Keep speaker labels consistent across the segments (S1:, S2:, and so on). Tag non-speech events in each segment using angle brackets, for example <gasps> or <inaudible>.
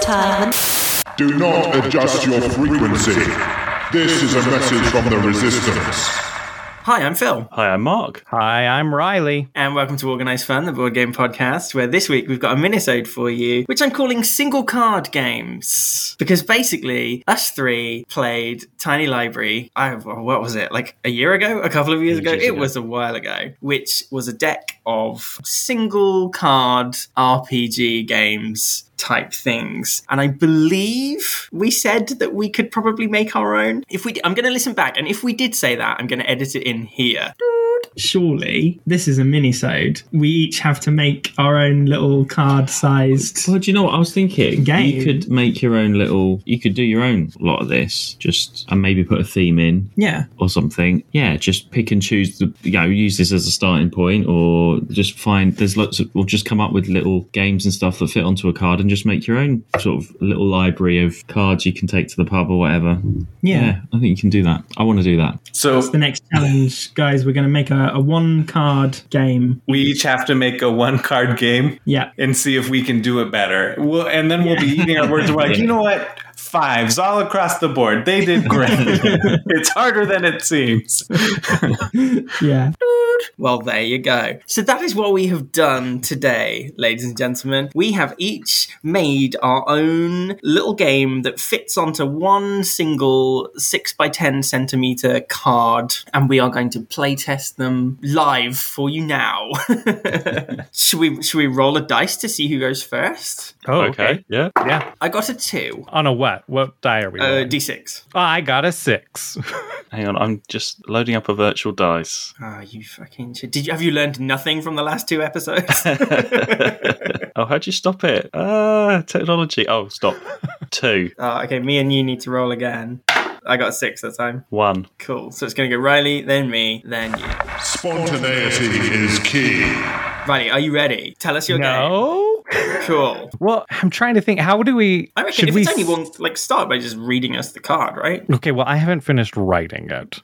S1: time.
S2: Do not adjust your frequency. This is a message from the Resistance.
S3: Hi, I'm Phil,
S4: Hi, I'm Mark.
S5: Hi, I'm Riley.
S3: and welcome to Organized Fun, the board game podcast, where this week we've got a minisode for you, which I'm calling single card games. Because basically, us three played Tiny Library, I, what was it, like a year ago? A couple of years ago?
S4: Ages
S3: It
S4: ago.
S3: was a while ago, which was a deck of single card RPG games. Type things, and I believe we said that we could probably make our own. If we, d- I'm going to listen back, and if we did say that, I'm going to edit it in here. surely this is a minisode. We each have to make our own little card-sized.
S4: Well, do you know what I was thinking?
S3: Game.
S4: You could make your own little. You could do your own lot of this, just and maybe put a theme in
S3: Yeah,
S4: or something. Yeah, just pick and choose the. You know, use this as a starting point, or just find there's lots of. Or just come up with little games and stuff that fit onto a card, and just make your own sort of little library of cards you can take to the pub or whatever.
S3: yeah.
S4: Yeah, I think you can do that. I want to do that.
S6: So
S3: The next challenge, guys, we're going to make a, a one-card game.
S6: we each have to make a one card game
S3: Yeah.
S6: and see if we can do it better. We'll, and then we'll be eating our
S5: <laughs>
S6: words. We're like, you know what? Fives all across the board. They did great. it's harder than it seems.
S3: Yeah. Well, there you go. So that is what we have done today, ladies and gentlemen. We have each made our own little game that fits onto one single 6 by 10 centimeter card, and we are going to play test them live for you now. <laughs> should we should we roll a dice to see who goes first?
S5: Oh,
S4: Yeah.
S5: Yeah.
S3: I got a Uh, 2.
S5: On a what? What die are we?
S3: Uh,
S5: rolling?
S3: D6.
S5: oh, I got a six.
S4: Hang on, I'm just loading up a virtual dice.
S3: Ah, you fucking shit. Did you have you learned nothing from the last two <laughs> episodes?
S4: Oh, how'd you stop it? Ah, technology.
S3: <laughs>
S4: Oh, stop. Two,
S3: Oh, okay, me and you need to roll again. I got six that time.
S4: one.
S3: Cool. So it's going to go Riley, then me, then you.
S2: Spontaneity is key.
S3: Riley, are you ready? Tell us your
S5: no.
S3: game. Cool.
S5: Well, I'm trying to think. How do we?
S3: I reckon
S5: should
S3: if
S5: we?
S3: it's only
S5: s-
S3: one, like start by just reading us the card, right?
S5: Okay. Well, I haven't finished writing
S4: <laughs>
S5: it.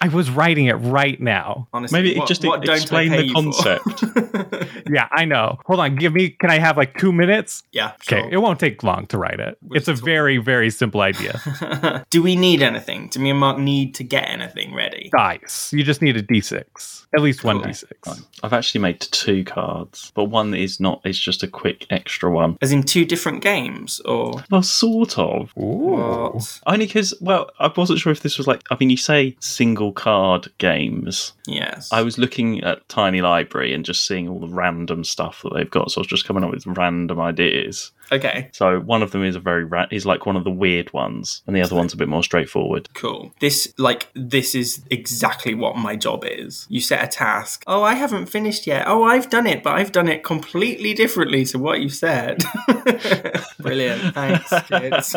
S5: I was writing it right now.
S3: Honestly,
S4: Maybe
S3: what,
S4: just
S3: what don't I
S4: explain
S3: pay
S4: the
S3: you for?
S4: concept.
S5: Yeah, I know. Hold on. Give me. Can I have like two minutes?
S3: <laughs> yeah.
S5: Okay.
S3: sure.
S5: It won't take long to write it.
S3: We'll
S5: it's a
S3: just-
S5: very, very
S3: <laughs>
S5: simple idea.
S3: Do we need anything? Do me and Mark need to get anything ready?
S5: Dice. You just need a d6. At least one
S3: Cool.
S5: d6.
S4: I've actually made two cards, but one that is not. It's just a quick extra one.
S3: As in two different games, or
S4: Well, sort of.
S5: Ooh.
S3: what?
S4: Only because, well, I wasn't sure if this was like. I mean, you say single card games.
S3: Yes.
S4: I was looking at Tiny Library and just seeing all the random stuff that they've got. So I was just coming up with random ideas.
S3: okay.
S4: So one of them is a very ra- is like one of the weird ones, and the other one's a bit more straightforward.
S3: Cool. This like this is exactly what my job is. You set a task. Oh, I haven't finished yet. Oh, I've done it, but I've done it completely differently to what you said. <laughs> Brilliant. Thanks, kids.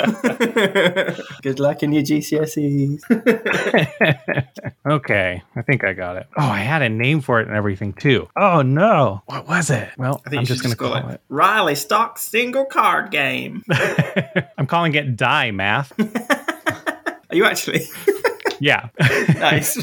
S3: <laughs> Good luck in your <laughs> GCSEs.
S5: Okay, I think I got it. Oh, I had a name for it and everything too. Oh no, what was it? Well, I'm just gonna call it.
S3: Riley Stock single card game.
S5: I'm calling it die math.
S3: Are you
S5: <laughs>
S3: actually
S5: yeah. <laughs>
S3: nice?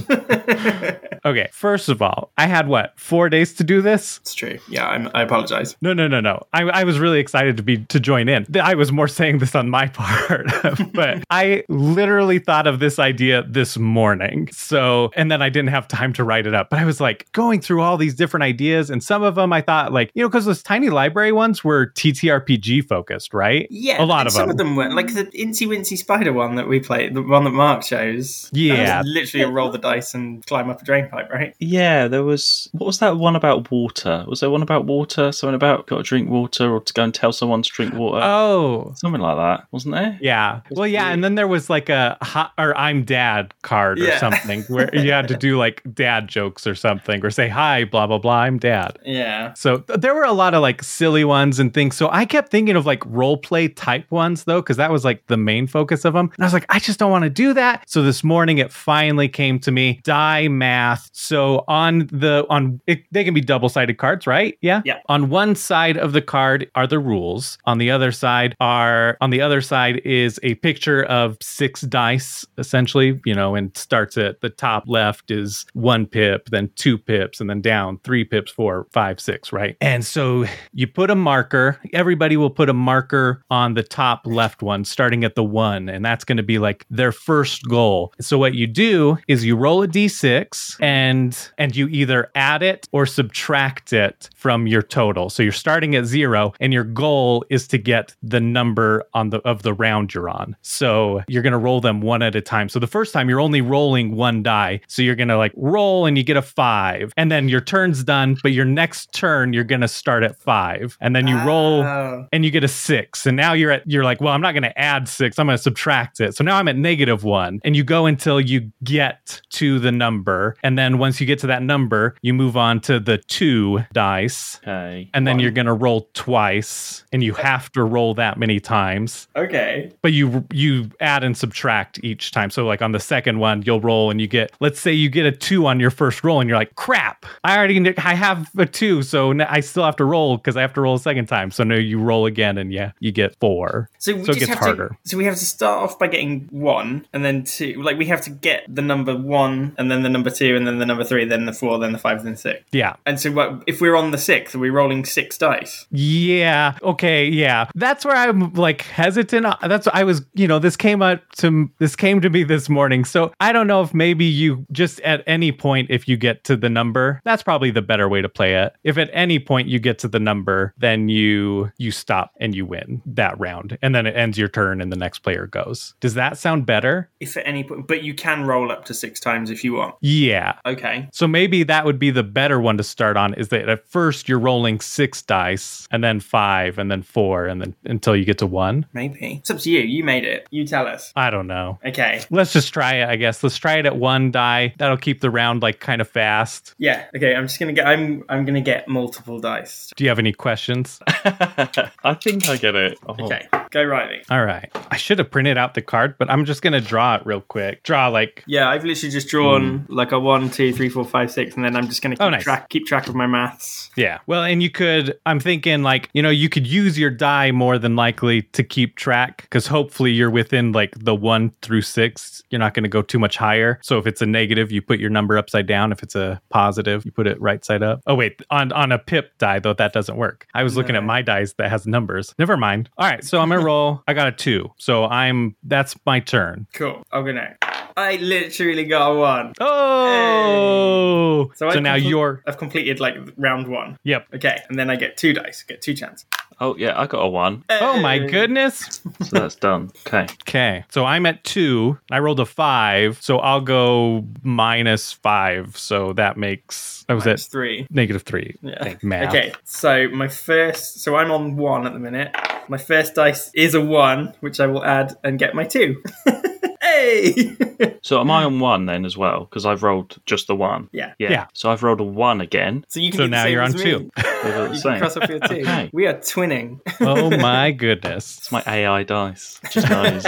S5: okay. First of all, I had what four days to do this.
S3: it's true. Yeah, I'm, I apologize.
S5: No, no, no, no. I, I was really excited to be to join in. I was more saying this on my <laughs> part, but I literally thought of this idea this morning. So, and then I didn't have time to write it up. But I was like going through all these different ideas, and some of them I thought like you know because those tiny library ones were TTRPG focused, right?
S3: Yeah,
S5: a lot
S3: and
S5: of
S3: some
S5: them.
S3: of them were like the Incy Wincy Spider one that we played, the one that Mark chose.
S5: Yeah.
S3: that was literally a roll the dice and climb up a drain pipe, right?
S4: Yeah, there was. What was that one about water? Was there one about water? Something about got to drink water or to go and tell someone to drink water?
S5: Oh.
S4: Something like that, wasn't there?
S5: Yeah. Well, yeah, and then there was like a hi- or I'm dad card or
S3: Yeah.
S5: something where you had to do like dad jokes or something or say hi blah blah blah I'm dad.
S3: Yeah.
S5: So th- there were a lot of like silly ones and things. So I kept thinking of like role play type ones though, because that was like the main focus of them. And I was like, I just don't want to do that. So this morning thing it finally came to me die math so on the on it, they can be double-sided cards right yeah
S3: Yeah.
S5: on one side of the card are the rules on the other side are on the other side is a picture of six dice essentially you know and starts at the top left is one pip then two pips and then down three pips four five six right and so you put a marker everybody will put a marker on the top left one starting at the one and that's going to be like their first goal so what you do is you roll a d6 and and you either add it or subtract it from your total so you're starting at zero and your goal is to get the number on the of the round you're on so you're going to roll them one at a time so the first time you're only rolling one die so you're going to like roll and you get a five and then your turn's done but your next turn you're going to start at five and then you roll
S3: Oh.
S5: and you get a six and now you're at you're like well i'm not going to add six i'm going to subtract it so now i'm at negative one and you go until you get to the number and then once you get to that number you move on to the two dice
S6: Okay.
S5: and then you're going to roll twice and you have to roll that many times
S3: Okay.
S5: but you you add and subtract each time. So like on the second one, you'll roll and you get let's say you get a two on your first roll, and you're like, crap, I already kn- I have a two, so n- I still have to roll because I have to roll a second time. So no, you roll again, and yeah, you get four.
S3: So we
S5: So it
S3: just
S5: gets
S3: have
S5: harder.
S3: to. So we have to start off by getting one, and then two. Like we have to get the number one, and then the number two, and then the number three, then the four, then the five, then the six.
S5: Yeah,
S3: And so what, if we're on the sixth, are we rolling six dice?
S5: yeah, okay, yeah. That's where I'm like hesitant. Uh, That's I was, you know, this came up to this came to me this morning. So I don't know if maybe you just at any point if you get to the number, that's probably the better way to play it. If at any point you get to the number, then you you stop and you win that round, and then it ends your turn and the next player goes. Does that sound better?
S3: If at any point, but you can roll up to six times if you want.
S5: Yeah.
S3: Okay.
S5: So maybe that would be the better one to start on is that at first you're rolling six dice and then five and then four and then until you get to one.
S3: Maybe. It's up to you. You made it. You tell us.
S5: I don't know.
S3: Okay.
S5: Let's just try it, I guess. Let's try it at one die. That'll keep the round like kind of fast.
S3: Yeah. Okay. I'm just gonna get. I'm. I'm gonna get multiple dice.
S5: Do you have any questions? <laughs>
S4: I think I get it. Oh.
S3: Okay. Go Riley.
S5: All right. I should have printed out the card, but I'm just going to draw it real quick. Draw like,
S3: Yeah, I've literally just drawn like a one, two, three, four, five, six, and then I'm just gonna keep
S5: Hmm. Oh, nice.
S3: track keep track of my maths.
S5: yeah. Well, and you could, I'm thinking like, you know, you could use your die more than likely to keep track because hopefully you're within like the one through six. You're not going to go too much higher. So if it's a negative, you put your number upside down. If it's a positive, you put it right side up. Oh, wait. On, on a pip die, though, that doesn't work. I was looking at my dice that has numbers. Never mind. All right. So
S3: <laughs>
S5: I'm going to roll. I got a two. So I'm, that's my turn.
S3: Cool. I'm gonna. I literally got a one.
S5: Oh, so,
S3: I
S5: now
S3: complete-
S5: you're
S3: I've completed like round one.
S5: yep.
S3: Okay, and then I get two dice. Get two chances.
S4: Oh yeah, I got a one.
S5: Oh my
S3: Hey.
S5: goodness.
S4: So that's done. Okay.
S5: Okay, so I'm at two. I rolled a five, so I'll go minus five. So that makes that was
S3: That's
S5: at
S3: three.
S5: negative three.
S3: Yeah.
S5: Thank math.
S3: Okay, so my first, so I'm on one at the minute. My first dice is a one, which I will add and get my two. <laughs> hey! <laughs>
S4: So am I on one then as well? Because I've rolled just the one.
S3: Yeah.
S4: Yeah.
S5: Yeah.
S4: So I've rolled a one again.
S3: So you can
S5: So
S3: do the
S5: now
S3: same
S5: you're on
S3: as me.
S5: two.
S4: They're all the
S3: You
S4: same.
S3: can cross off your two.
S4: Okay.
S3: We are
S5: <laughs>
S3: twinning.
S5: <laughs>
S3: <laughs>
S5: oh my goodness.
S4: It's my AI dice.
S5: <laughs>
S4: Just knows.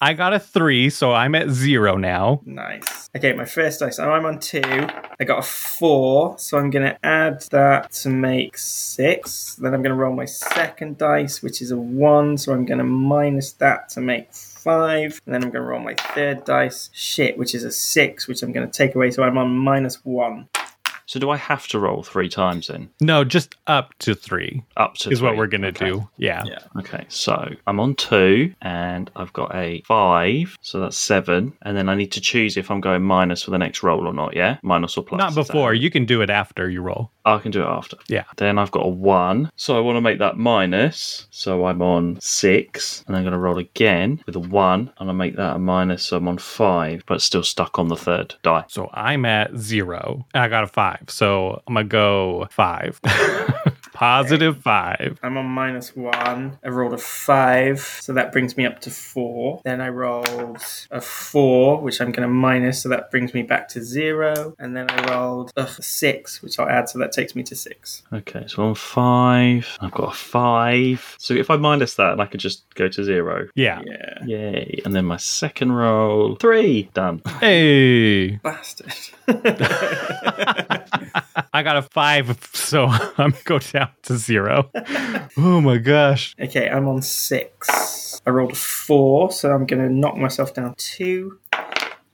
S5: I got a three, so I'm at zero now.
S3: nice. Okay, my first dice. So I'm on two. I got a four, so I'm going to add that to make six. Then I'm going to roll my second dice, which is a one, so I'm going to minus that to make five. And then I'm going to roll my third dice, shit, which is a six, which I'm going to take away, so I'm on minus one.
S4: so do I have to roll three times then?
S5: No, just up to three
S4: Up to
S5: is what
S4: three.
S5: we're gonna
S4: Okay.
S5: do. Yeah.
S3: Yeah.
S4: Okay, so I'm on two and I've got a five, so that's seven. And then I need to choose if I'm going minus for the next roll or not, yeah? Minus or plus.
S5: Not
S4: is that-
S5: before. You can do it after you roll.
S4: I can do it after.
S5: Yeah.
S4: Then I've got a one, so I want to make that minus. So I'm on six, and I'm going to roll again with a one, and I make that a minus, so I'm on five, but still stuck on the third die.
S5: So I'm at zero, and I got a five. <laughs> So I'm gonna go five. Positive five.
S3: I'm on minus one. I rolled a five, so that brings me up to four. Then I rolled a four, which I'm going to minus, so that brings me back to zero. And then I rolled a six, which I'll add, so that takes me to six.
S4: Okay, so I'm five. I've got a five. So if I minus that, I could just go to zero.
S5: Yeah.
S3: Yeah.
S4: Yay. And then my second roll, three. Done.
S5: Hey,
S3: Bastard. <laughs>
S5: I got a five, <laughs> so I'm go down to zero. Oh my gosh.
S3: okay, I'm on six. I rolled a four, so I'm going to knock myself down two.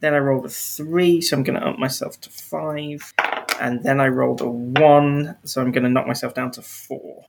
S3: Then I rolled a three, so I'm going to up myself to five. And then I rolled a one, so I'm going to knock myself down to four.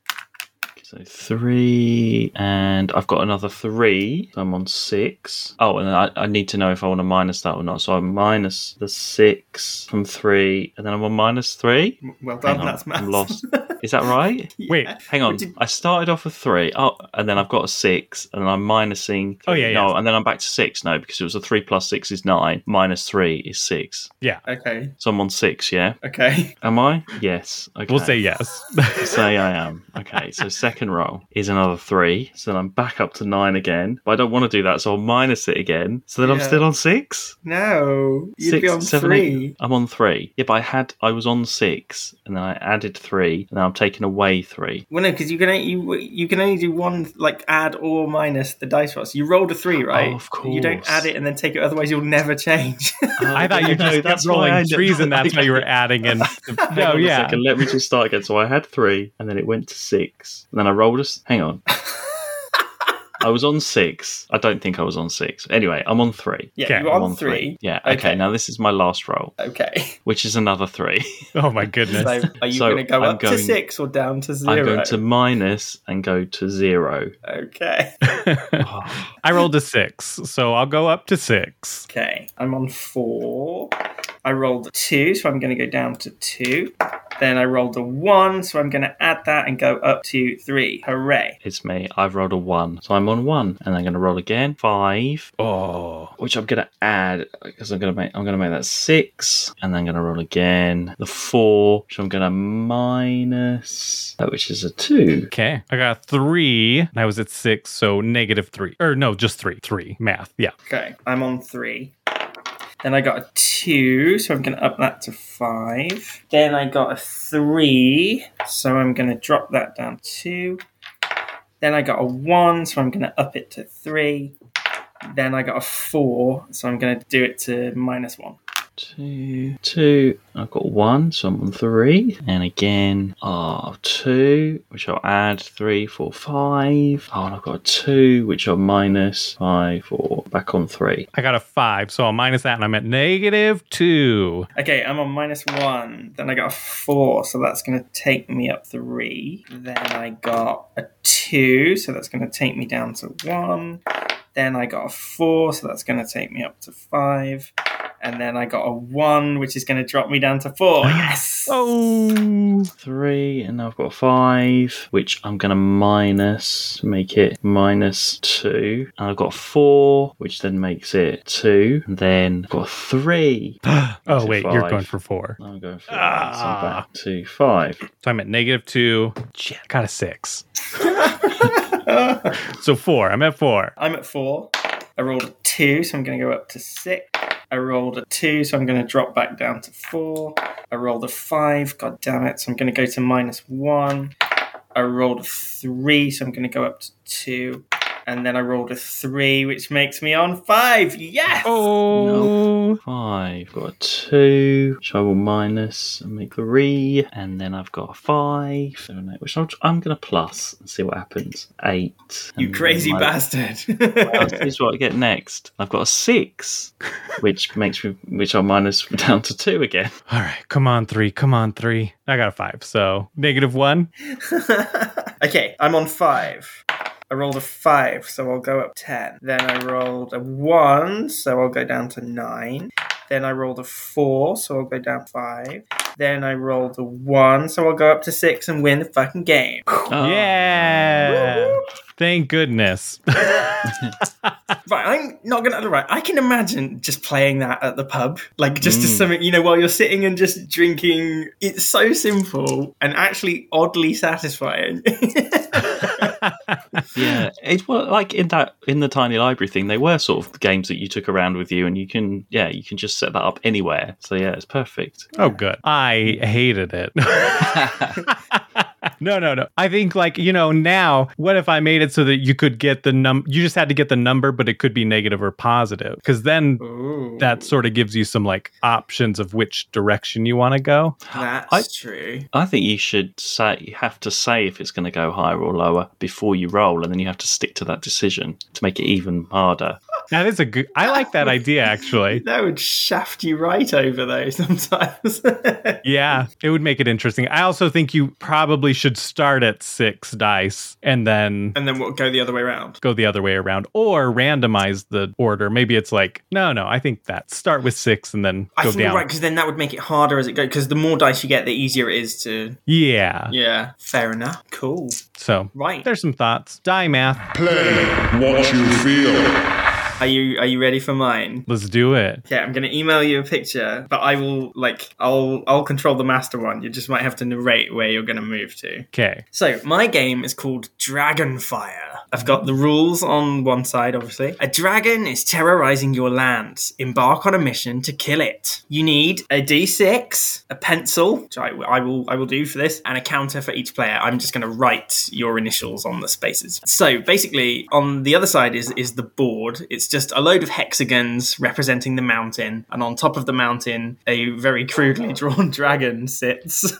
S4: So three, and I've got another three. So I'm on six. Oh, and I, I need to know if I want to minus that or not. So I minus the six from three, and then I'm on minus three.
S3: Well done,
S4: Hang on,
S3: that's maths.
S4: I'm
S3: <laughs>
S4: lost. Is that right?
S5: Wait.
S4: Hang on.
S3: did-
S4: I started off with three. Oh, and then I've got a six, and then I'm minusing.
S5: Oh, yeah,
S4: No,
S5: yeah.
S4: and then I'm back to six. No, because it was a three plus six is nine, minus three is six.
S5: Yeah.
S3: Okay,
S4: So I'm on six. Yeah.
S3: okay. <laughs>
S4: Am I? Yes. Okay.
S5: We'll say yes.
S4: Oh, say I am. Okay, so second roll is another three. So then I'm back up to nine again. But I don't want to do that, so I'll minus it again. So then I'm
S3: Yeah.
S4: still on six.
S3: No, you'd
S4: Six,
S3: be on
S4: seven, eight.
S3: three.
S4: I'm on three. If I had, I was on six, and then I added three, and then I'm taking away three.
S3: Well, no, because you can only, you you can only do one like add or minus the dice rolls. You rolled a three, right?
S4: Oh, of
S3: You don't
S4: course.
S3: add it and then take it. Otherwise, you'll never change.
S5: <laughs>
S3: <laughs>
S5: I thought you
S4: No,
S5: just kept
S4: that's why I
S5: rolling
S4: did-
S5: trees, and that's why
S4: <laughs>
S5: you were adding in.
S4: Hang
S5: No,
S4: on a
S5: yeah.
S4: second. Let me just start again. So I had three, and then it went to six, and then I rolled a. s-
S3: <laughs>
S4: Hang on. I was on six. I don't think I was on six. Anyway, I'm on three.
S3: yeah,
S5: Okay,
S3: you're
S4: I'm
S3: on three.
S4: Yeah. Okay.
S3: Okay.
S4: Now this is my last roll,
S3: Okay. <laughs>
S4: which is another three. <laughs>
S5: Oh my
S3: So,
S5: goodness.
S3: are you
S4: So
S3: going to go
S4: I'm
S3: up to
S4: going-
S3: six or down to 0
S4: I'm going to minus and go to zero.
S3: Okay. <laughs>
S5: I rolled a six, so I'll go up to six.
S3: Okay. I'm on four. I rolled a two, so I'm going to go down to two. Then I rolled a one, so I'm going to add that and go up to three. Hooray!
S4: It's me. I've rolled a one, so I'm on one, and I'm going to roll again. Five,
S5: Oh.
S4: which I'm going to add because I'm going to make I'm going to make that six, and then I'm going to roll again. The four, which I'm going to minus, uh, which is a two.
S5: Okay. I got three, and I was at six, so negative three. Or no, just three. Three. Math. Yeah.
S3: Okay, I'm on three. Then I got a two, so I'm going to up that to five. Then I got a three, so I'm going to drop that down to two. Then I got a one, so I'm going to up it to three. Then I got a four, so I'm going to do it to minus one.
S4: Two, two. I've got one, so I'm on three, and again, ah, two, which I'll add three, four, five. Oh, and I've got a two, which I'll minus five, four, back on three.
S5: I got a five, so I'll minus that, and I'm at negative two.
S3: Okay, I'm on minus one. Then I got a four, so that's going to take me up three. Then I got a two, so that's going to take me down to one. Then I got a four, so that's going to take me up to five. And then I got a one, which is going to drop me down to four. Yes!
S5: Oh.
S4: three, and now I've got a five, which I'm gonna minus, make it minus two, and I've got a four, which then makes it two, and then I've got a three.
S5: Oh, wait, you you're
S4: five.
S5: going for four.
S4: I'm going for
S5: Ah.
S4: so I'm back to five.
S5: So I'm at negative two. Shit, I got a six. <laughs> so four. I'm at four.
S3: I'm at four. I rolled a two, so I'm going to go up to six. I rolled a two, so I'm going to drop back down to four. I rolled a five, god damn it, so I'm going to go to minus one. I rolled a three, so I'm going to go up to two. And then I rolled a three, which makes me on five. Yes!
S5: Oh.
S4: Five, got a two, which I will minus and make three, and then I've got a five, seven, eight, which I'll, I'm gonna plus and see what happens. Eight.
S3: You
S4: and
S3: crazy
S4: then my-
S3: bastard. <laughs>
S4: That's- This is what I get next. I've got a six, which makes me, which I'll minus down to two again.
S5: All right. Come on, three. Come on, three. I got a five, so negative one.
S3: <laughs> okay, I'm on five. I rolled a five, so I'll go up ten. Then I rolled a one, so I'll go down to nine. Then I rolled a four, so I'll go down five. Then I rolled
S5: Oh.
S3: a one, so I'll go up to six and win the fucking game.
S4: Oh,
S5: Yeah. Thank goodness.
S3: <sighs> Right, I'm not gonna right. I can imagine just playing that at the pub, like just as something you know, while you're sitting and just drinking. It's so simple and actually oddly satisfying. <laughs>
S4: Ah, Yeah, it was like in that in the tiny library thing. They were sort of games that you took around with you, and you can yeah, you can just set that up anywhere. So yeah, it's perfect.
S5: Oh, good. I hated it. <laughs> no, no, no. I think like you know now. What if I made it so that you could get the num? You just had to get the number, but it could be negative or positive, because then
S3: Ooh,
S5: that sort of gives you some like options of which direction you want to go.
S3: that's
S4: I-
S3: true.
S4: I think you should say you have to say if it's going to go higher or lower before you roll, and then you have to stick to that decision to make it even harder.
S5: That is a good. I like that idea actually.
S3: That would shaft you right over though <laughs> sometimes.
S5: Yeah, it would make it interesting. I also think you probably should start at six dice and then
S3: and then we'll go the other way around.
S5: go the other way around or randomize the order. Maybe it's like, no, no, I think that start with six and then
S3: I
S5: go
S3: think you're
S5: down.
S3: right because then that would make it harder as it goes. Because the more dice you get, the easier it is to.
S5: Yeah.
S3: Yeah, fair enough. Cool.
S5: So
S3: Right.
S5: there's some thoughts. Die math.
S2: Play what you feel.
S3: Are you are you ready for mine?
S5: Let's do it.
S3: Okay, I'm gonna email you a picture, but I will like I'll I'll control the master one. You just might have to narrate where you're gonna move to.
S5: Okay.
S3: So my game is called Dragonfire. I've got the rules on one side, obviously. A dragon is terrorizing your lands. Embark on a mission to kill it. You need a d6, a pencil, which I, I will I will do for this, and a counter for each player. I'm just going to write your initials on the spaces. So basically, on the other side is is the board. It's just a load of hexagons representing the mountain, and on top of the mountain, a very crudely drawn <laughs> dragon sits. <laughs>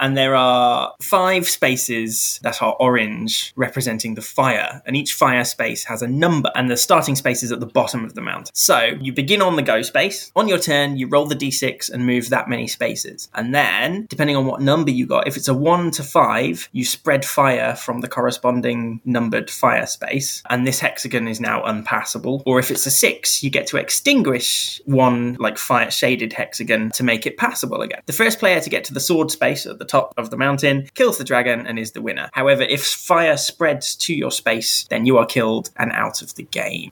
S3: and there are five spaces that are orange, representing the fire, and each fire space has a number, and the starting space is at the bottom of the mountain. So you begin on the go space. On your turn, you roll the d6 and move that many spaces, and then depending on what number you got, if it's a one to five, you spread fire from the corresponding numbered fire space, and this hexagon is now unpassable. Or if it's a six, you get to extinguish one like fire shaded hexagon to make it passable again. The first player to get to the sword space at the top of the mountain kills the dragon and is the winner. However, if fire spreads to your space, then you are killed and out of the game.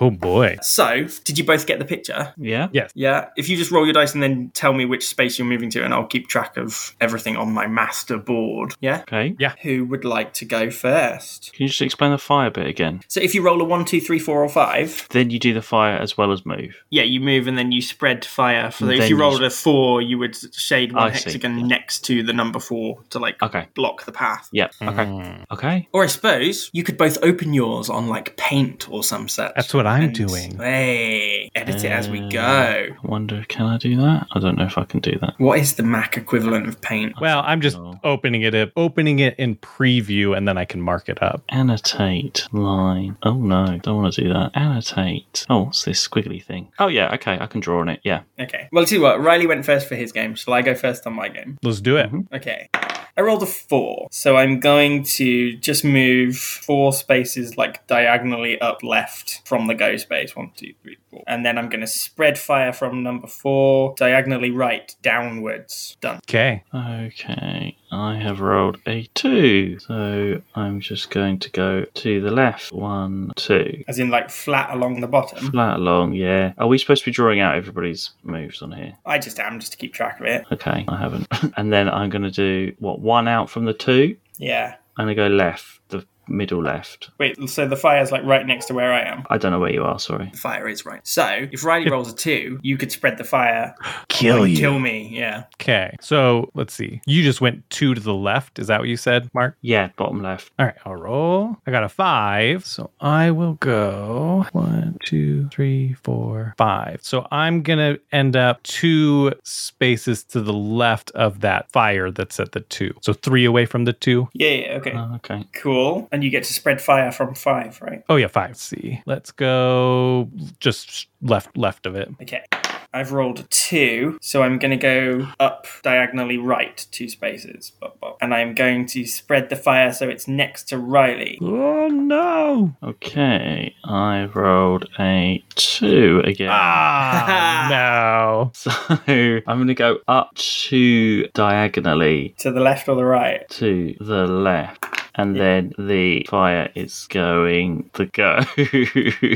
S5: Oh boy.
S3: So, did you both get the picture?
S4: Yeah,
S5: Yeah.
S3: Yeah, if you just roll your dice and then tell me which space you're moving to, and I'll keep track of everything on my master board. Yeah?
S4: okay.
S5: Yeah.
S3: Who would like to go first?
S4: Can you just explain the fire bit again?
S3: So if you roll a one, two, three, four, or five,
S4: Then you do the fire as well as move.
S3: yeah, you move and then you spread fire. For the,
S4: Then
S3: if you
S4: you
S3: rolled a four, you would shade one
S4: I see,
S3: hexagon
S4: yeah.
S3: next to the number four to like
S4: Okay.
S3: block the path.
S4: Yeah. Okay. Okay.
S3: Or I suppose you could both open yours on like paint or some such.
S5: That's what I'm
S3: and-
S5: doing.
S3: Hey, edit it as
S4: Uh.
S3: we go.
S4: I wonder, can I do that? I don't know if I can do that.
S3: What is the Mac equivalent of paint?
S5: Well, I'm just opening it up, opening it in preview, and then I can mark it up.
S4: Annotate line. Oh no, don't want to do that. Annotate. Oh, what's this squiggly thing? Oh yeah, okay, I can draw on it. Yeah.
S3: Okay. Well, see what Riley went first for his game. Shall I go first on my game?
S5: Let's do it.
S3: Okay. I rolled a four, so I'm going to just move four spaces like diagonally up left from the go space. One, two, three, four. And then I'm going to spread fire from number four diagonally right downwards. Done.
S5: Okay.
S4: Okay, I have rolled a two, so I'm just going to go to the left. One, two.
S3: As in, like flat along the bottom.
S4: Flat along, yeah. Are we supposed to be drawing out everybody's moves on here?
S3: I just am, just to keep track of it.
S4: Okay, I haven't. <laughs> and then I'm going to do, what, one out from the two?
S3: Yeah.
S4: I'm going to go left, the middle left.
S3: Wait, so the fire's like right next to where I am.
S4: I don't know where you are, sorry.
S3: The fire is right. So if Riley rolls a two, you could spread the fire.
S6: <gasps> Kill
S3: Like,
S6: you.
S3: Kill me. Yeah.
S5: Okay. So let's see. You just went two to the left. Is that what you said, Mark?
S4: Yeah, bottom left.
S5: All right, I'll roll. I got a five, so I will go one, two, three, four, five. So I'm gonna end up two spaces to the left of that fire that's at the two. So three away from the two.
S3: Yeah. yeah okay.
S4: Oh, okay.
S3: Cool. And you get to spread fire from five, right?
S5: Oh yeah, five. Let's see, let's go just left, left of it.
S3: Okay. I've rolled a two, so I'm going to go up diagonally right two spaces. Bop, bop. And I'm going to spread the fire so it's next to Riley.
S5: Oh no!
S4: Okay, I rolled a two again.
S5: <laughs> Ah, no!
S4: <laughs> So I'm going to go up two diagonally
S3: To the left or the right? <laughs>
S4: to the left. and then the fire is going to go <laughs>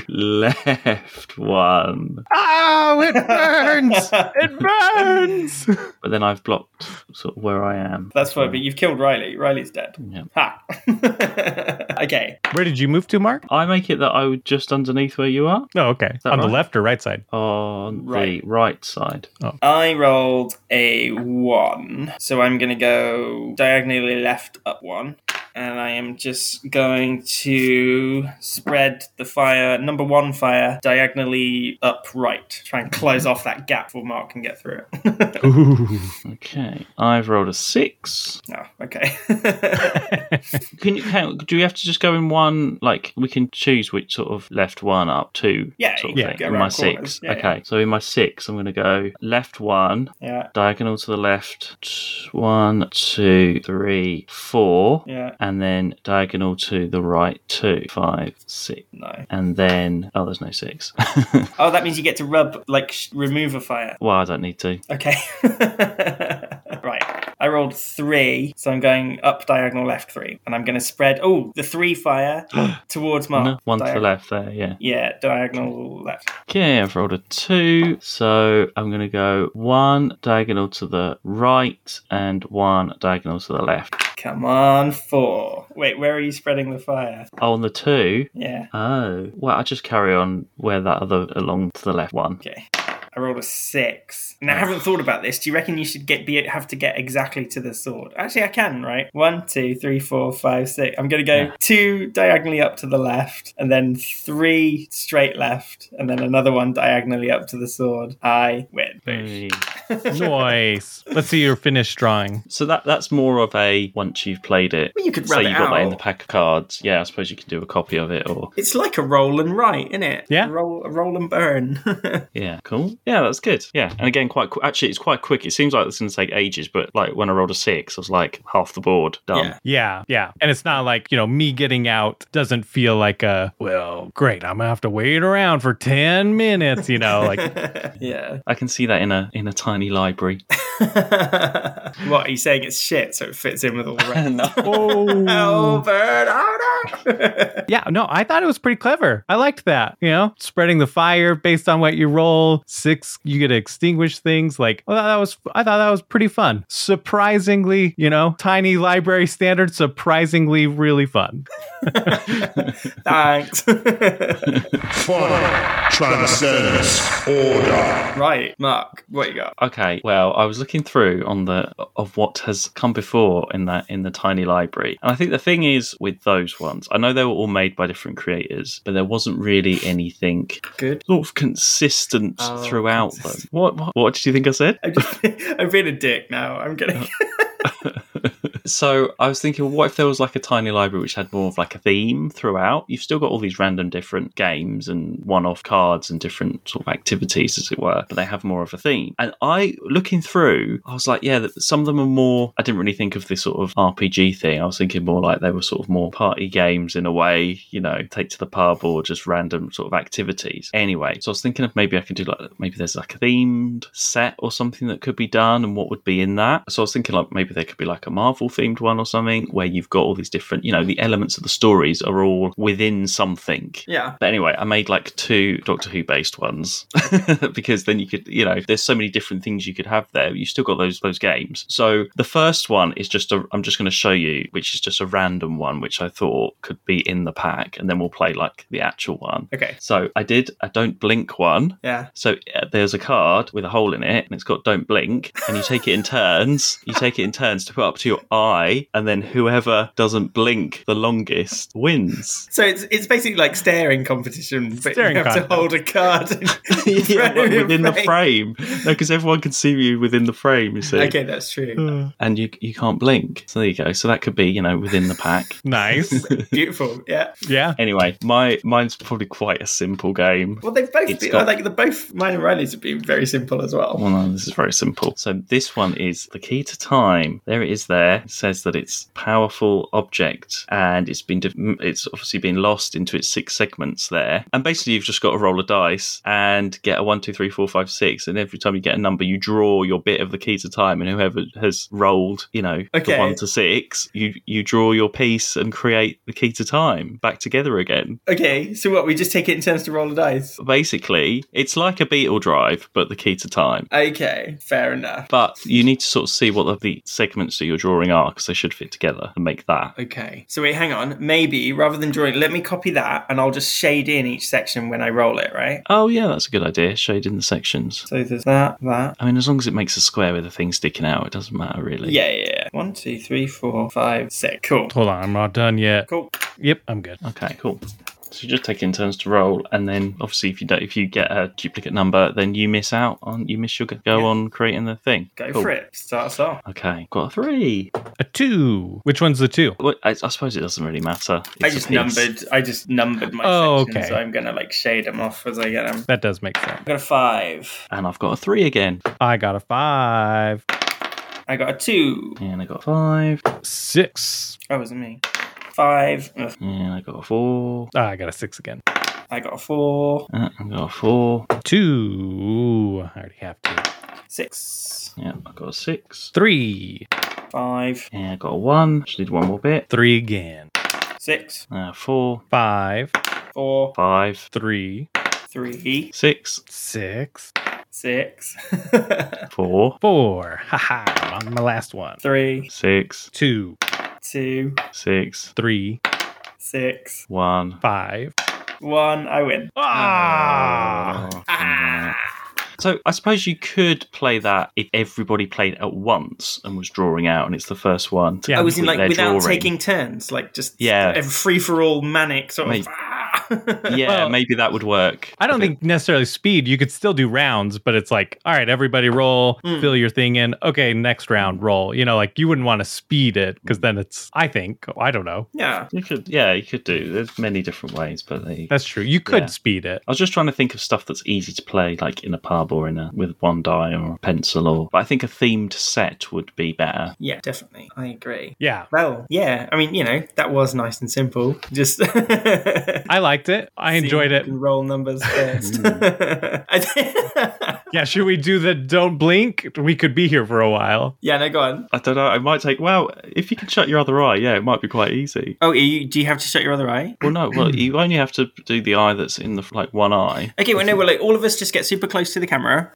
S4: left one.
S5: Oh, it burns! <laughs> it <laughs> burns!
S4: But then I've blocked sort of where I am.
S3: That's fine, but you've killed Riley. Riley's dead.
S4: Yeah.
S3: Ha! <laughs> okay.
S5: Where did you move to, Mark?
S4: I make it that I was just underneath where you are
S5: Oh, okay.
S4: that
S5: On the
S4: right?
S5: left or right side?
S4: on
S3: Right.
S4: the right side.
S3: I rolled a one, so I'm going to go diagonally left up one. And I am just going to spread the fire, number one fire, diagonally up right. Try and close off that gap before Mark can get through it.
S5: Ooh.
S4: Okay, I've rolled a six.
S3: <laughs> oh, okay. <laughs>
S4: Can you count? Do we have to just go in one? Like we can choose which sort of left one up two.
S3: Yeah,
S4: sort of
S5: yeah,
S4: thing.
S3: go
S4: In
S3: around
S4: my
S3: corners.
S4: six.
S3: Yeah,
S4: okay, so in my six, I'm going to go left one,
S3: yeah,
S4: diagonal to the left, t- one, two, three, four,
S3: yeah.
S4: and then diagonal to the right, two, five, six,
S3: No.
S4: and then oh, there's no six. <laughs>
S3: Oh, that means you get to rub, like, sh- remove a fire.
S4: well, I don't need to.
S3: Okay. <laughs> right. I rolled three, so I'm going up diagonal left three, and I'm going to spread. Oh, the three fire towards Mark.
S4: <gasps> No, one to the
S3: Diag-
S4: left there. Yeah.
S3: Yeah, diagonal left.
S4: Okay, I've rolled a two, so I'm going to go one diagonal to the right and one diagonal to the left.
S3: Come on, four. Wait, where are you spreading the fire?
S4: Oh, on the two.
S3: Yeah.
S4: Oh, well, I just carry on where that other along to the left one.
S3: Okay. I rolled a six. Now I haven't thought about this. Do you reckon you should get be have to get exactly to the sword? Actually, I can. Right, one, two, three, four, five, six. I'm gonna go
S4: Yeah.
S3: two diagonally up to the left, and then three straight left, and then another one diagonally up to the sword. I win.
S4: Hey.
S5: nice. Let's see your finished drawing.
S4: So that that's more of a once you've played it.
S3: Well, you could
S4: say
S3: rub
S4: you
S3: it
S4: got that in
S3: out.
S4: the pack of cards. Yeah, I suppose you can do a copy of it or
S3: It's like a roll and write, isn't it?
S5: Yeah.
S3: roll, roll and burn. <laughs>
S4: yeah, cool. Yeah, that's good. Yeah, and again, quite qu- actually, it's quite quick. It seems like it's going to take ages, but like when I rolled a six, I was like half the board done.
S3: Yeah.
S5: Yeah, yeah. And it's not like, you know, me getting out doesn't feel like a, well, great, I'm going to have to wait around for 10 minutes, you know, <laughs> like,
S3: yeah. <laughs>
S4: I can see that in a in a tiny library. <laughs>
S3: what are you saying? It's shit, so it fits in with all the
S4: <laughs>
S3: rest.
S5: oh.
S3: Oh, burn! Oh no!
S5: Yeah, no, I thought it was pretty clever. I liked that. You know, spreading the fire based on what you roll. Six, you get to extinguish things. Like, well, that was, I thought that was pretty fun. Surprisingly, you know, tiny library standard, surprisingly really <laughs> fun.
S3: <laughs> Thanks. <laughs>
S2: Fire transcends order.
S3: right, Mark, what you got?
S4: Okay, well, I was looking through on the of what has come before in that in the tiny library, and I think the thing is with those ones, I know they were all made by different creators, but there wasn't really anything
S3: Good.
S4: sort of consistent
S3: Oh,
S4: throughout them. What, what what did you think I said?
S3: I'm, just, <laughs> I'm being a dick now. I'm getting. <laughs>
S4: So I was thinking, what if there was like a tiny library which had more of like a theme throughout? You've still got all these random different games and one-off cards and different sort of activities, as it were, but they have more of a theme. And I, looking through, I was like, yeah, that- some of them are more. I didn't really think of this sort of RPG thing. I was thinking more like they were sort of more party games in a way, you know, take to the pub or just random sort of activities. Anyway, so I was thinking of maybe I could do like maybe there's like a themed set or something that could be done and what would be in that. So I was thinking like maybe there could be like a Marvel themed one or something where you've got all these different, you know, the elements of the stories are all within something.
S3: yeah.
S4: But anyway, I made like two Doctor Who based ones <laughs> because then you could, you know, there's so many different things you could have there. You still got those those games. So the first one is just a. I'm just going to show you, which is just a random one, which I thought could be in the pack, and then we'll play like the actual one.
S3: Okay.
S4: So I did a don't blink one.
S3: Yeah.
S4: So uh, there's a card with a hole in it, and it's got "Don't blink," and you take it in turns. You take it in turns to put up to your eye, and then whoever doesn't blink the longest wins.
S3: So it's it's basically like staring competition, but
S5: Staring
S3: you have to
S5: contest.
S3: hold a card <laughs> in- in
S4: <laughs> yeah,
S3: front of
S4: but
S3: your
S4: within the
S3: face.
S4: frame. No, because everyone can see you within the frame, you see.
S3: Okay, that's true.
S4: And you you can't blink. So there you go. So that could be, you know, within the pack.
S5: Nice.
S3: Beautiful. Yeah.
S5: Yeah.
S4: anyway, my mine's probably quite a simple game.
S3: Well, they've both.
S4: It's
S3: Been,
S4: got-
S3: I think the both mine and Riley's have been very simple as well.
S4: Well, no, this is very simple. So this one is the key to time. There it is. There. It's says that it's powerful object and it's been div- it's obviously been lost into its six segments there. And basically, you've just got to roll a dice and get a one, two, three, four, five, six. And every time you get a number, you draw your bit of the key to time. And whoever has rolled, you know,
S3: Okay.
S4: the one to six, you you draw your piece and create the key to time back together again.
S3: Okay, so what? We just take it in turns to roll the dice.
S4: Basically, it's like a beetle drive, but the key to time.
S3: Okay, fair enough.
S4: But you need to sort of see what the, the segments that you're drawing are because they should fit together and make that.
S3: Okay. So wait, hang on. Maybe rather than drawing, let me copy that and I'll just shade in each section when I roll it, right?
S4: Oh, yeah, that's a good idea. Shade in the sections.
S3: So there's that, that.
S4: I mean, as long as it makes a square with the thing sticking out, it doesn't matter really.
S3: Yeah, yeah, yeah. One, two, three, four, five, six. Cool.
S5: Hold on, I'm not done yet.
S3: Cool.
S5: Yep, I'm good.
S4: Okay, cool. So you just take it in turns to roll, and then obviously if you don't, if you get a duplicate number, then you miss out on you miss your go on creating the thing.
S3: Go
S4: Cool.
S3: for it. Start us off.
S4: Okay, got a three.
S5: A two. Which one's the two?
S4: Well, I, I suppose it doesn't really matter.
S3: I
S4: It's
S3: just
S4: a piece.
S3: numbered. I just numbered my
S5: Oh,
S3: sections,
S5: okay.
S3: so I'm gonna like shade them off as I get them.
S5: That does make sense.
S3: I got a five.
S4: and I've got a three again,
S5: I got a five,
S3: I got a two.
S4: and I got a five,
S5: six.
S3: That wasn't me. Five. Ugh.
S4: and I got a four.
S5: Ah, I got a six again.
S3: I got a four.
S4: Uh, I got a four.
S5: Two. I already have two.
S3: Six.
S4: Yeah, I got a six.
S5: Three.
S3: Five.
S4: And I got a one. Just need one more bit.
S5: Three again.
S3: Six.
S4: Uh, four,
S5: Five.
S3: Four.
S4: five,
S5: Three.
S3: Three.
S4: six,
S5: Six.
S3: Six. <laughs>
S4: four,
S5: Four. Haha. I'm on my last one.
S3: Three.
S4: six,
S5: Two.
S3: Two.
S4: six,
S5: Three.
S3: Six.
S4: one.
S5: Five.
S3: One. I win.
S5: Ah.
S4: Oh, So I suppose you could play that if everybody played at once and was drawing out, and it's the first one. To
S5: Yeah.
S3: I was Oh, in
S4: complete
S3: like
S4: their
S3: without
S4: drawing.
S3: taking turns, like just
S4: Yeah.
S3: free for all manic sort
S4: Mate.
S3: of. <laughs> ah.
S4: <laughs> Yeah,
S5: Well-
S4: maybe that would work.
S5: I don't think necessarily speed. You could still do rounds, but it's like, all right, everybody roll,
S3: Mm.
S5: fill your thing in. Okay, next round, roll. You know, like you wouldn't want to speed it because then it's, I think, I don't know.
S3: yeah.
S4: you could. Yeah, you could do. There's many different ways, but they.
S5: That's true. You could
S4: Yeah.
S5: speed it.
S4: I was just trying to think of stuff that's easy to play, like in a pub or in a with one die or a pencil, or. But I think a themed set would be better.
S3: Yeah. Definitely. I agree.
S5: Yeah.
S3: Well, yeah. I mean, you know, that was nice and simple. Just. <laughs>
S5: I liked it. I enjoyed
S3: See if <laughs>
S5: it.
S3: you can roll
S4: <laughs>
S3: numbers first.
S4: Hmm.
S3: I-
S5: Yeah, should we do the don't blink? We could be here for a while.
S3: <laughs> yeah. No. Go on.
S4: I don't know. It might take. Well, if you can shut your other eye, yeah, it might be quite easy.
S3: Oh, you, do you have to shut your other eye?
S4: Well, no. Well, you only have to do the eye that's in the like one
S3: <laughs>
S4: eye,
S3: Okay, well, no, well, like, all of us just get super close to the camera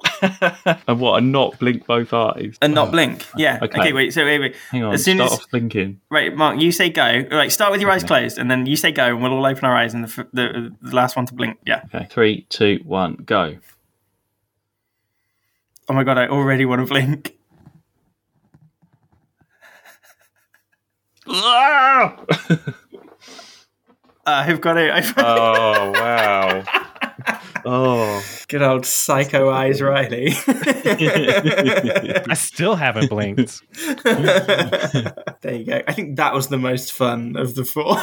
S4: and what, and not blink both eyes.
S3: and not blink. Yeah.
S4: Oh. okay.
S3: Okay. wait. So wait, wait.
S4: Hang on.
S3: As soon
S4: start
S3: as
S4: off blinking.
S3: right, Mark, you say go. Right, start with your eyes closed, and then you say go, and we'll all open our eyes, and the f- the, the last one to blink. Yeah.
S4: Okay. Three, two, one,
S3: <laughs>
S4: go.
S3: Oh my god, I already want to blink. Ah! Uh, I've got it. I've
S4: Oh
S3: <laughs>
S4: wow. Oh.
S3: Good old psycho eyes, Riley. <laughs>
S5: I still
S3: <laughs>
S5: haven't blinked.
S3: there you go. I think that was the most fun of the four.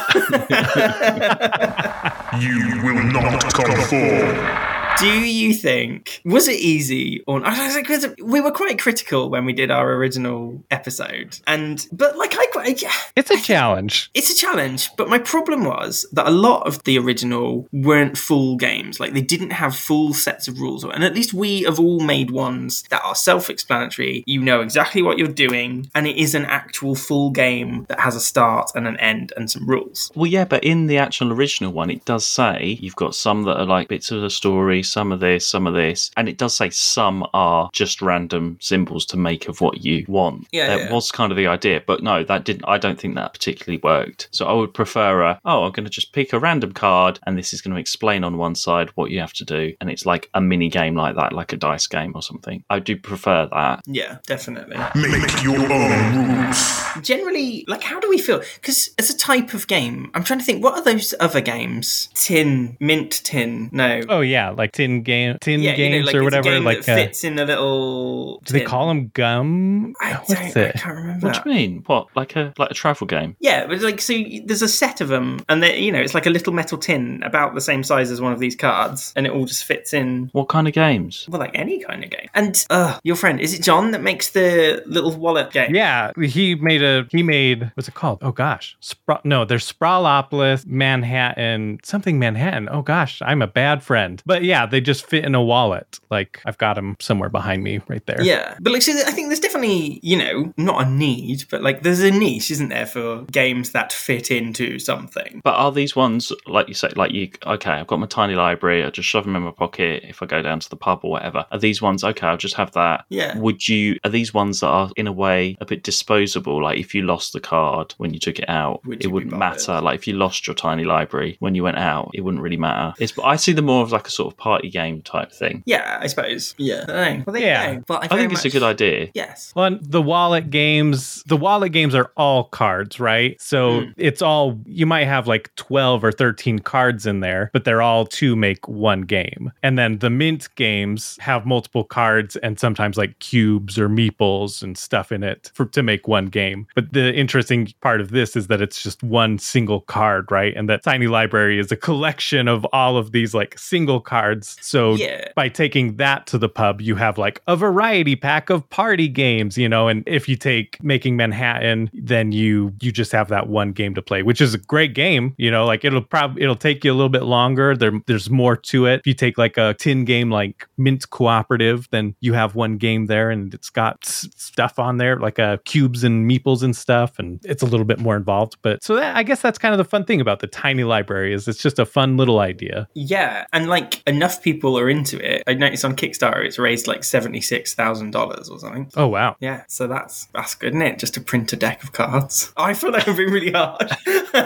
S2: You will not conform.
S3: Do you think was it easy or not? I don't know, 'cause we were quite critical when we did our original episode, and but like I, I
S5: it's a challenge.
S3: it's a challenge. But my problem was that a lot of the original weren't full games, like they didn't have full sets of rules. And at least we have all made ones that are self-explanatory. You know exactly what you're doing, and it is an actual full game that has a start and an end and some rules.
S4: Well, yeah, but in the actual original one, it does say you've got some that are like bits of the story, some of this, some of this, and it does say some are just random symbols to make of what you want.
S3: Yeah,
S4: that
S3: yeah.
S4: was kind of the idea, but no, that didn't. I don't think that particularly worked. So I would prefer a oh, I'm going to just pick a random card, and this is going to explain on one side what you have to do, and it's like a mini game like that, like a dice game or something. I do prefer that.
S3: Yeah, definitely.
S2: Make your own rules.
S3: generally like how do we feel because as a type of game i'm trying to think what are those other games tin mint tin no
S5: Oh, yeah. Like tin game, tin
S3: yeah,
S5: games
S3: you know, like
S5: or
S3: it's a
S5: whatever.
S3: game
S5: Like,
S3: that
S5: uh,
S3: fits in a little.
S5: do they
S3: tin.
S5: call them gum?
S3: I
S5: What's
S3: don't. I
S5: it?
S3: can't remember.
S4: What do you mean? What like a like a travel game?
S3: Yeah, but like, so y- there's a set of them, and they're, you know, it's like a little metal tin about the same size as one of these cards, and it all just fits in.
S4: What kind of games?
S3: Well, like any kind of game. And uh, your friend, is it John that makes the little wallet game?
S5: Yeah, he made a he made what's it called? Oh gosh, Spra- no, there's Sprawlopolis, Manhattan, something Manhattan. Oh gosh, I'm a bad friend. But yeah, they just fit in a wallet. Like I've got them somewhere behind me, right there.
S3: Yeah, but like, so I think there's definitely, you know, not a need, but like, there's a niche, isn't there, for games that fit into something?
S4: But are these ones like you say? Like you, okay, I've got my tiny library. I just shove them in my pocket if I go down to the pub or whatever. Are these ones okay? I'll just have that.
S3: Yeah.
S4: Would you? Are these ones that are in a way a bit disposable? Like if you lost the card when you took it out,
S3: Would you
S4: it
S3: be
S4: wouldn't
S3: bothered?
S4: matter. Like if you lost your tiny library when you went out, it wouldn't really matter. It's. I see them more of like a sort of party game type thing.
S3: Yeah, I suppose. Yeah. I know. Well, there you
S5: Yeah.
S3: go. But I,
S4: I
S3: very
S4: think it's a
S3: much- <laughs>
S4: good idea.
S3: Yes.
S5: Well, and the wallet games, the wallet games are all cards, right? So it's all, you might have like 12 or 13 cards in there, but they're all to make one game. And then the mint games have multiple cards and sometimes like cubes or meeples and stuff in it for, to make one game. But the interesting part of this is that it's just one single card, right? And that Tiny Library is a collection of all of these like single cards. So
S3: Yeah.
S5: by taking that to the pub, you have like a variety pack of party games, you know. And if you take Making Manhattan, then you you just have that one game to play, which is a great game, you know. Like it'll probably it'll take you a little bit longer. There there's more to it. If you take like a tin game like Mint Cooperative, then you have one game there, and it's got s- stuff on there like uh, cubes and meeples and stuff, and it's a little bit more involved. But so that, I guess that's kind of the fun thing about the tiny library is it's just a fun little idea.
S3: Yeah, and like enough people are into it. I noticed on Kickstarter it's raised like seventy six thousand dollars or something.
S5: Oh wow.
S3: Yeah, so that's that's good, isn't it? Just to print a deck of cards. <laughs> I feel like I've been really hard.
S4: <laughs>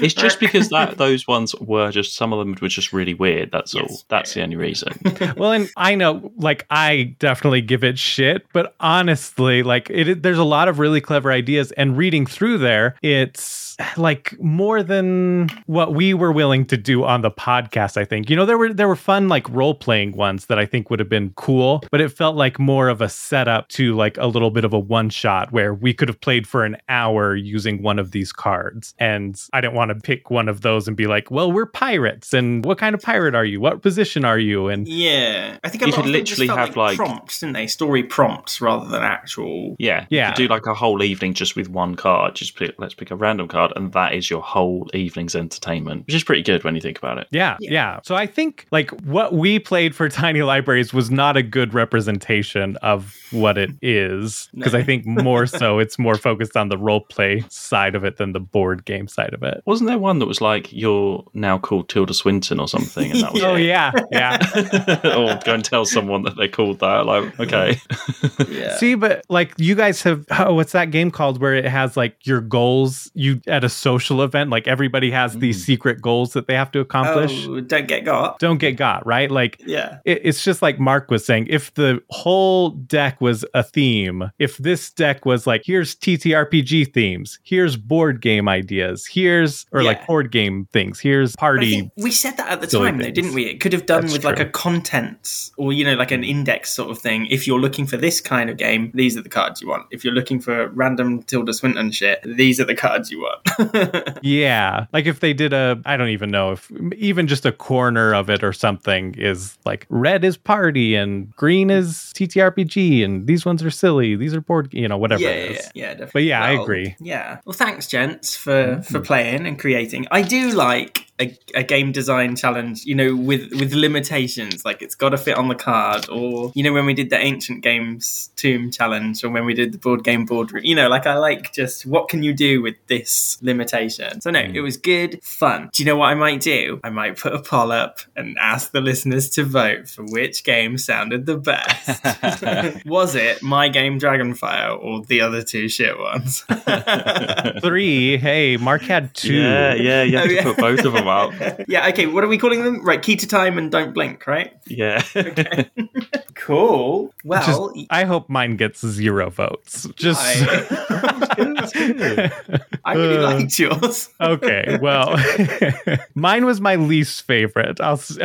S4: It's just because that those ones were just some of them were just really weird. That's all.
S3: Yes.
S4: That's the only reason.
S5: well, and I know, like, I definitely give it shit, but honestly, like, it there's a lot of really clever ideas, and reading through there, it's like more than what we were willing to do on the podcast. I think you know there were there were fun like role playing ones that I think would have been cool, but it felt like more of a setup to like a little bit of a one shot where we could have played for an hour using one of these cards, and I didn't want to pick one of those and be like, well, we're pirates, and what kind of pirate are you? What position are you?
S3: <laughs>
S5: And
S3: yeah, I think a
S4: You
S3: lot
S4: could
S3: of them just
S4: literally
S3: felt
S4: have, like-
S3: prompts, didn't they? Story prompts rather than actual.
S4: <laughs> Yeah,
S5: Yeah.
S4: You could do like a whole evening just with one card. Just pick, let's pick a random card, and that is your whole evening's entertainment, which is pretty good when you think about it.
S5: Yeah, yeah, So I think like what we played for <laughs> Tiny Libraries was not a good representation of what it is because I think more so it's more focused on the role play side of it than the board game side of it.
S4: Wasn't there one that was like you're now called Tilda Swinton or something, and that was
S5: <laughs> Oh yeah, yeah.
S4: <laughs> or go and tell someone that they called that. Like, okay,
S3: Yeah.
S5: See, but like you guys have, oh, what's that game called where it has like your goals? You at a social event, like everybody has these secret goals that they have to accomplish.
S3: Oh, don't get got.
S5: Don't get got right. Like
S3: Yeah.
S5: it, it's just like Mark was saying, if the whole deck was a theme, if this deck was like, here's TTRPG themes, here's board game ideas, here's, or
S3: Yeah.
S5: like board game things, here's
S3: But I
S5: party.
S3: think we said that at the
S5: silly
S3: time, though,
S5: things.
S3: didn't we? It could have done
S5: That's
S3: with like
S5: true.
S3: a contents or, you know, like an index sort of thing. If you're looking for this kind of game, these are the cards you want. If you're looking for random Tilda Swinton shit, these are the cards you want.
S5: <laughs>
S3: <laughs>
S5: Yeah. Like if they did a, I don't even know if even just a corner of it or something is like red is party and green is TTRPG and these ones are silly. These are board, you know, whatever
S3: yeah,
S5: it
S3: yeah,
S5: is.
S3: yeah, yeah, definitely.
S5: But yeah, I
S3: Well,
S5: agree. Mm.
S3: Yeah. Well, thanks, gents, for for playing and creating. I do like a, a game design challenge, you know, with with limitations. Like it's got to fit on the card, or you know, when we did the ancient games tomb challenge, or when we did the board game boardroom. You know, like I like just what can you do with this limitation. So no,
S5: Mm.
S3: it was good fun. Do you know what I might do? I might put a poll up and ask the listeners to vote for which game sounded the best.
S5: <laughs>
S3: Was it my game Dragonfire or the other two shit ones?
S5: Three. Hey, Mark had two.
S4: yeah, yeah, you have
S3: Oh, <laughs> yeah.
S4: to put both of them
S6: about.
S3: yeah, okay, what are we calling them? Right, key to time and don't blink, right?
S4: Yeah. <laughs>
S3: Cool.
S5: Just-
S3: Well,
S5: I hope mine gets zero votes. <laughs> Just <laughs>
S3: I, <laughs> I really
S5: Uh.
S3: liked yours.
S5: okay. Well, <laughs> mine was my least favorite. I'll s-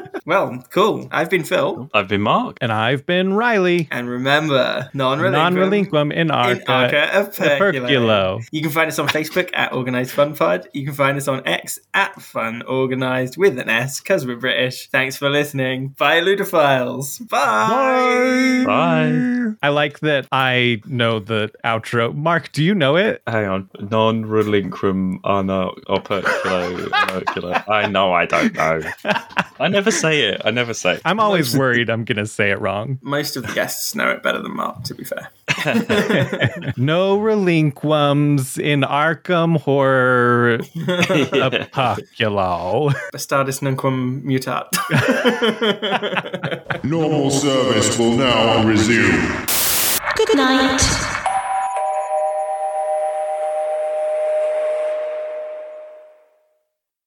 S5: <laughs>
S3: well, cool. I've been Phil.
S4: I've been Mark.
S5: and I've been Riley,
S3: And remember, non-relinquent,
S5: non-relinquum in
S3: in
S5: Arca,
S3: Arca of Percula.
S5: Perculo.
S3: You can find us on Facebook at Organised Fun Pod. You can find us on X at Fun Organised with an S because we're British. Thanks for listening. Bye, Ludophiles. Bye.
S4: Bye.
S5: I like that I know the outro. Mark, do you know it?
S4: Hang on. Non relinquum ana operculo. operculo. I know I don't know. I never say it. I never say it.
S5: I'm always worried I'm going to say it wrong.
S3: Most of the guests know it better than Mark, to be fair.
S4: <laughs>
S5: No relinquums in Arkham Horror Apoculo.
S3: Bastardus nunquam mutat. <laughs>
S2: Normal service will now resume.
S1: Good night.